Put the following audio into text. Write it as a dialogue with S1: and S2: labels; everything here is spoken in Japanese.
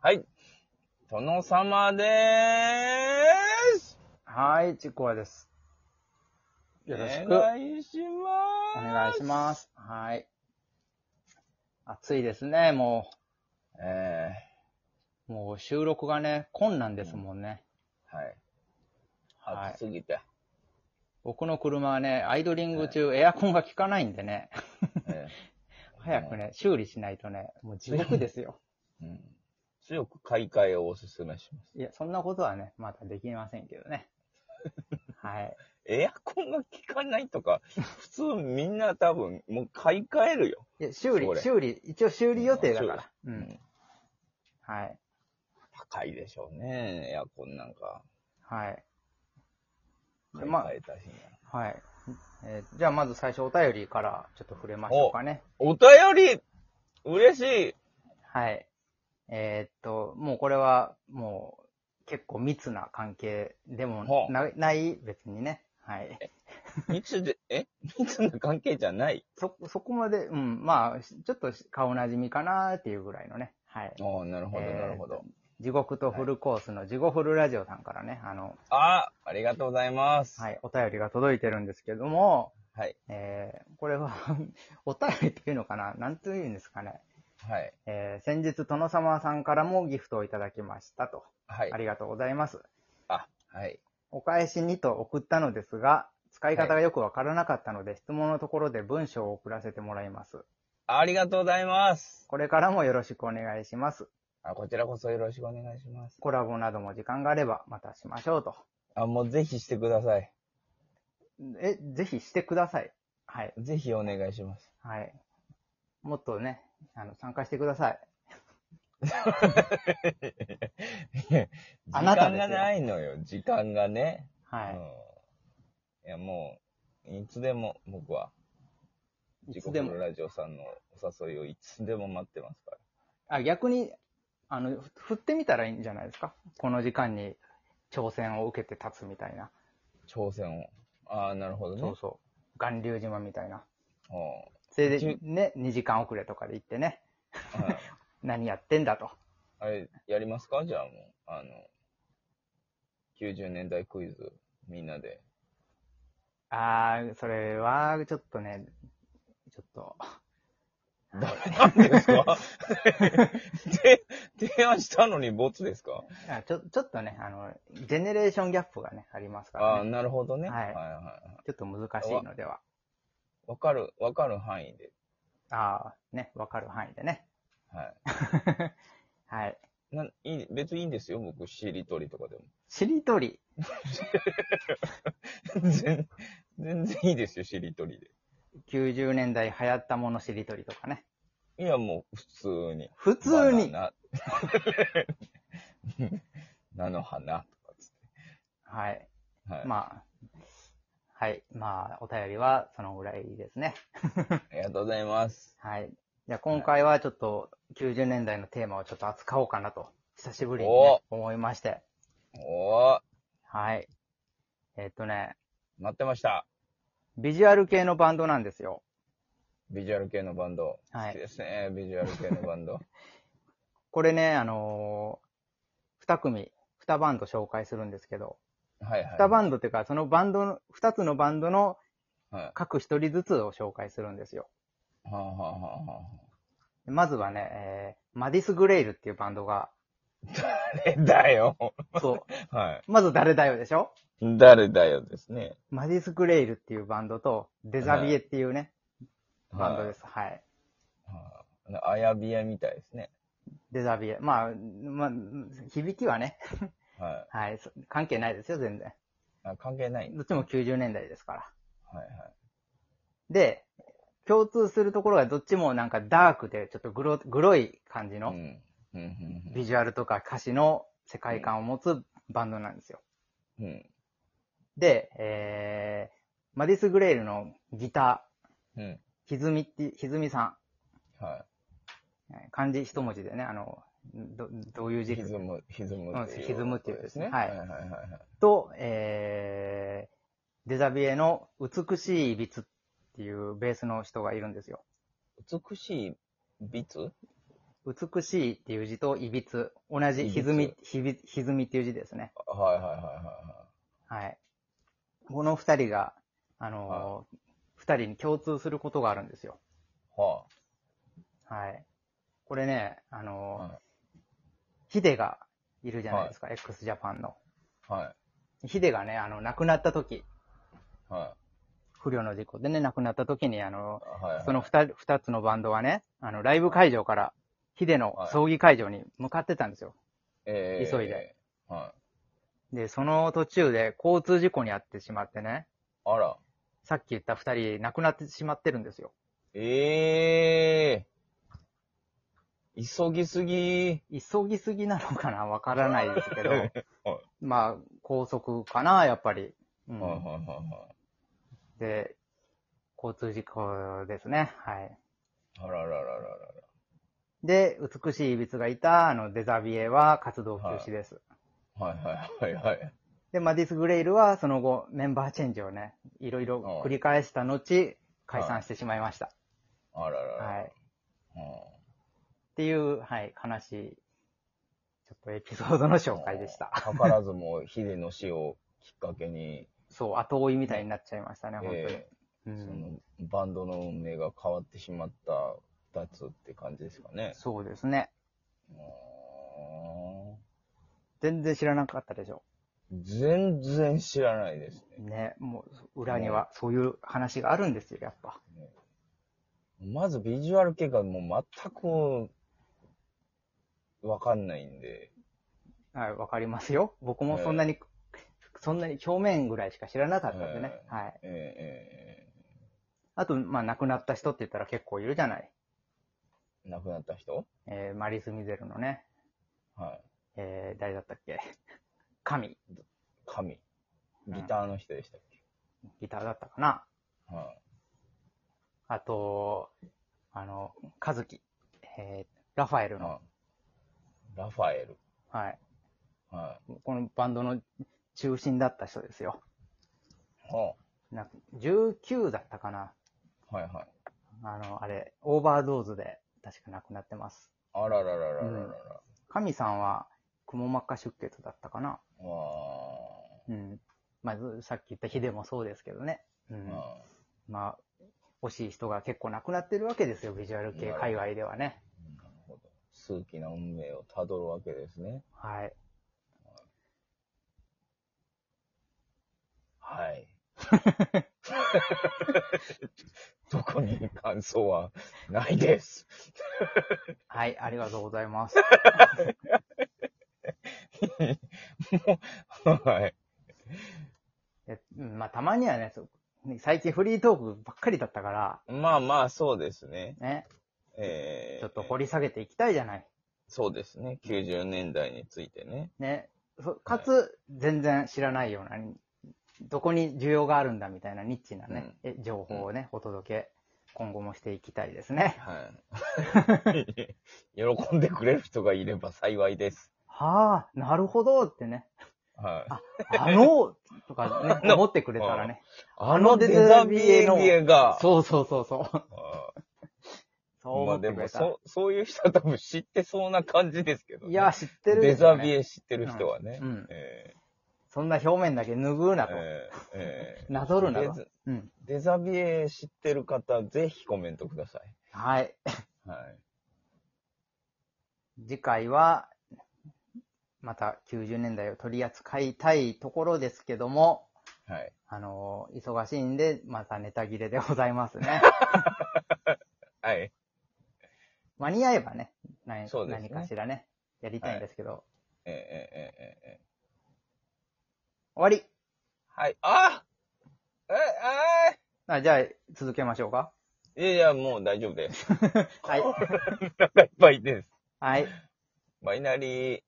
S1: はい。殿様でーす
S2: はい、ちくわです。よろしく
S1: お願いし
S2: お
S1: ます。
S2: 願いします。はい。暑いですね、も
S1: え
S2: う。もう収録がね、困難ですもんね。
S1: ー、はい。
S2: はい
S1: 暑すぎて。
S2: 僕の車はね、アイドリング中エアコンが効かないんでね、
S1: え
S2: 早くね、修理しないとね、もう地獄で すよ。
S1: ーうん、強く買い替えをおすすめします。
S2: いや、そんなことはね、まだできませんけ どね。はい。
S1: エアコンが効かないと か、普通みんな多分もう買い替えるよ。
S2: いや、修
S1: そ
S2: 理、
S1: れ
S2: 修理、一応修理予定だから。う。。
S1: うん
S2: はい。
S1: 高いでしょうね、エアコンなんか。
S2: はい。
S1: 買い
S2: まあ
S1: 替えたしね。
S2: はい。えーじゃあ、まず最初お便りからちょっと触れましょうかね。
S1: お便り嬉しい
S2: はい。えーっと、もうこれは、もう、結構密な関係でも
S1: ほう
S2: なない、別にね。はい。
S1: 密で、え 密な関係じゃない
S2: そ、そこまで、うん、まあ、しちょっと顔なじみかなっていうぐらいのね。はい。
S1: ああ、なるほど、
S2: えー
S1: なるほど。
S2: 地獄とフルコースの地獄フルラジオさんからね、あの、
S1: ああ、ありがとうございます。
S2: はい、お便りが届いてるんですけども、
S1: はい。
S2: えーこれは、 お便りというのかななんというんですかね。
S1: はい。
S2: えー先日、殿様さんからもギフトをいただきましたと。
S1: はい
S2: あ。りがとうございます。
S1: あ、はい。
S2: お返しにと送ったのですが、使い方がよくわからなかったので、質問のところで文章を送らせてもらいます。
S1: ありがとうございます。
S2: これからもよろしくお願いします。
S1: あ、こちらこそよろしくお願いします。
S2: コラボなども時間があればまたしましょうと。
S1: あ、もうぜひしてください。
S2: え、ぜひしてください。はい。
S1: ぜひお願いします。
S2: はい。もっとね、あの、参加してください。 あなた
S1: 時
S2: ですよ
S1: 間がないのよ、時間がね。
S2: は
S1: う
S2: い。
S1: ん。いや、もう、いつでも僕は、
S2: い
S1: 地
S2: つ
S1: 獄
S2: でも
S1: のラジオさんのお誘いをいつでも待ってますから。
S2: あ、逆に、あの、ふ振ってみたらいいんじゃないですかこの時間に挑戦を受けて立つみたいな。
S1: 挑戦を。ああ、なるほどね。
S2: そうそう。巌流島みたいな。
S1: うん
S2: それで
S1: じ、
S2: ね、2時間遅れとかで行ってね、
S1: はい
S2: 何やってんだと。
S1: あれ、やりますかじゃあもう、あの、90年代クイズ、みんなで。
S2: あー、それは、ちょっとね、ちょっと、
S1: ダメなんですかて、提案したのにボツですか
S2: あちょちょっとね、あの、ジェネレーションギャップがね、ありますか
S1: あ
S2: ら、
S1: あ、
S2: ね、
S1: なるほどね。
S2: は
S1: は
S2: い
S1: いはい。
S2: ちょっと難しいのでは。
S1: わかる、わかる範囲で。
S2: あー、ね、わかる範囲でね。
S1: は
S2: はい。
S1: い。なんいい別にいいんですよ、僕、しりとりとかでも。
S2: しりとり。
S1: 全全然いいですよ、しりとり
S2: 90年代流行ったものしりとりとかね。
S1: で。いや、もう、普通に。
S2: 普通に。
S1: バナナ。 菜の花とかつっ
S2: はい。
S1: て。はい。
S2: まあ、はい。まあ、お便りはそのぐらいですね。
S1: ありがとうございます。
S2: はい。じゃあ今回はちょっと90年代のテーマをちょっと扱おうかなと、久しぶりに、ね、思いまして。
S1: おー、
S2: はい。えっとね、
S1: 待ってました。
S2: ビジュアル系のバンドなんですよ。
S1: ビジュアル系のバンド。
S2: はい
S1: 好きですね、ビジュアル系のバン ド。
S2: これね、あのー、2組、2バンド紹介するんですけど、
S1: はいはい。
S2: 2バンドっていうか、そのバンドの、2つのバンドの
S1: はい。
S2: 各1人ずつを紹介するんですよ。
S1: はあ、はあはあは
S2: まずはね、えーマディス・グレイルっていうバンドが、
S1: あ、誰だよ。
S2: そ
S1: は
S2: う、まず誰だよでしょ
S1: い。誰だよですね。
S2: マディス・グレイルっていうバンドと、デザビエっていうね、バンドです。はい。
S1: はい。はいあやびやみたいですね。
S2: デザビエ。まあ、まあ、響きはね、
S1: は
S2: はい、そ関係ないですよ、全然。
S1: い。あ関係ない。
S2: どっちも90年代ですから。
S1: はいはい。
S2: で、共通するところがどっちもなんかダークで、ちょっとグロ、グロい感じ
S1: う
S2: の
S1: ん。うんうん
S2: ビジュアルとか歌詞の世界観を持つバンドなんですよ。
S1: うん。うん。
S2: で、えー、マディス・グレイルのギタ
S1: うん。
S2: ー、ひずみって、ひずみさん。
S1: は
S2: えー漢字一文字でね、あの、ど、どういう
S1: い。
S2: 字
S1: ひずむ、ひずむっていう。
S2: 歪むっていうですね
S1: は
S2: はいい
S1: はいはいはい。
S2: と、えー、デザビエの美しいビツっていうベースの人がいるんですよ。
S1: 美しい美つ
S2: 美しいっていう字と、いびつ。同じ、
S1: いびつ
S2: 歪み、ひび、歪みっていう字ですね。
S1: はいはいはいは
S2: はい。この二人が、あのー二人に共通することがあるんですよ。
S1: い。は
S2: はい。これね、あのー
S1: はい
S2: ヒデがいるじゃないですか、x ジャパンの。
S1: あ。はい。
S2: ヒデがね、あの、亡くなった時、
S1: は
S2: 不慮の事故でね、亡くなった時に、あの
S1: い。はい、はい。
S2: その二人二つのバンドはね、あの、ライブ会場から、ヒデの
S1: はい
S2: 葬儀会場に向かってたんですよ。
S1: えー
S2: 急いで。
S1: はい。
S2: で、その途中で交通事故に遭ってしまってね、
S1: あら。
S2: さっき言った二人亡くなってしまってるんですよ。
S1: ええー。急ぎすぎ
S2: 急ぎすぎなのかなわからないですけど
S1: はい、
S2: まあ、高速かなやっぱり。うん
S1: はいはいは
S2: で、交通事故ですね。はい。
S1: いはい。あらららららら。
S2: で、美しいいびつがいた、あの、デザビエは活動休止です。
S1: はいはいはいはい。
S2: で、マディス・グレイルは、その後、メンバーチェンジをね、いろいろ繰り返した後、解散してしまいました。
S1: あらららら。
S2: はい。っ
S1: うん
S2: ていう、はい、悲しい、ちょっとエピソードの紹介でした。
S1: 図らずも、ヒデの死をきっかけに、
S2: そう、後追いみたいになっちゃいましたね、本当に。
S1: え
S2: う
S1: ーそ
S2: ん
S1: のバンドの運命が変わってしまった2つって感じですかね。
S2: そうですね。
S1: う
S2: 全然知らなかったでしょ。
S1: ーん全然知らないですね。
S2: ね、もう、裏にはそういう話があるんですよ、やっぱ。
S1: まずビジュアル系がもう全くわかんないんで。
S2: はい、わかりますよ。僕もそんなに、そんなに表面ぐらいしか知らなかったんでね。はい。
S1: えーえ
S2: あと、まあ、亡くなった人って言ったら結構いるじゃない。
S1: ー亡くなった人
S2: えーマリス・ミゼルのね、
S1: はい。
S2: えー誰だったっけ神、
S1: 神。ギターの人でしたっけ、
S2: ギターだったかな。
S1: はい
S2: あと、あの、カズキ、えーラファエルの、
S1: はいラファエル。
S2: はい。
S1: は
S2: このバンドの中心だった人ですよ。
S1: い。は
S2: なんか19だったかな。
S1: あはいはい。
S2: あの、あれ、オーバードーズで確か亡くなってます。
S1: あららららららら
S2: うん神さんは、くも膜下出血だったかな。
S1: わ
S2: うん。まあ、ずさっき言ったヒデもそうですけどね。う
S1: ー
S2: ん。
S1: まあ
S2: まあ、惜しい人が結構亡くなってるわけですよ、ビジュアル系界隈ではね。
S1: なるほど。数奇な運命をたどるわけですね。
S2: はい。
S1: はい。特に感想はないです。
S2: はい、ありがとうございます。
S1: はい。
S2: えうんまあ、たまにはね、そうね最近フリートークばっかりだったから、
S1: まあまあ、そうですね。
S2: ね、
S1: えー、
S2: ちょっと掘り下げていきたいじゃない。
S1: そうですね。90年代についてね。
S2: ね。そかつ、全然知らないような、どこに需要があるんだみたいなニッチなね、え情報をね、お届け、今後もしていきたいですね。
S1: はい。 喜んでくれる人がいれば幸いです。
S2: はあ、なるほどっ てね。
S1: はい。
S2: あ、あの、とかね、思ってくれたらね。
S1: あ
S2: の
S1: の
S2: デ
S1: デ
S2: ザ
S1: ザ
S2: ビ
S1: ビ
S2: エ
S1: エ
S2: の
S1: が、
S2: そうそうそうそう。
S1: あ
S2: そう
S1: ーま
S2: 思
S1: あ
S2: って
S1: で
S2: く
S1: も、
S2: れたら。
S1: そそういう人は多分知ってそうな感じですけどね。
S2: いや、知ってる
S1: デ
S2: でしょ
S1: ザ
S2: うね、
S1: ビエ知ってる人はね。
S2: うんうん
S1: え
S2: そんな表面だけ拭うな
S1: ー
S2: と。
S1: えーえー
S2: なぞるなと
S1: デザ
S2: うん。
S1: デザビエ知ってる方、ぜひコメントください。
S2: はい。
S1: はい。
S2: 次回は、また90年代を取り扱いたいところですけども、
S1: はい。
S2: あの、忙しいんで、またネタ切れでございま すね。
S1: はい。
S2: 間に合えばね、何
S1: そうです
S2: 何
S1: ね
S2: かしらね、やりたいんですけど、
S1: えー、えー、えーえーえ
S2: 終わり
S1: ーはい。あえ、あ
S2: あじゃあ、続けましょうか。
S1: ーいやいや、もう大丈夫です。
S2: はい。
S1: お腹いっぱいです。
S2: はい。
S1: バイナリー。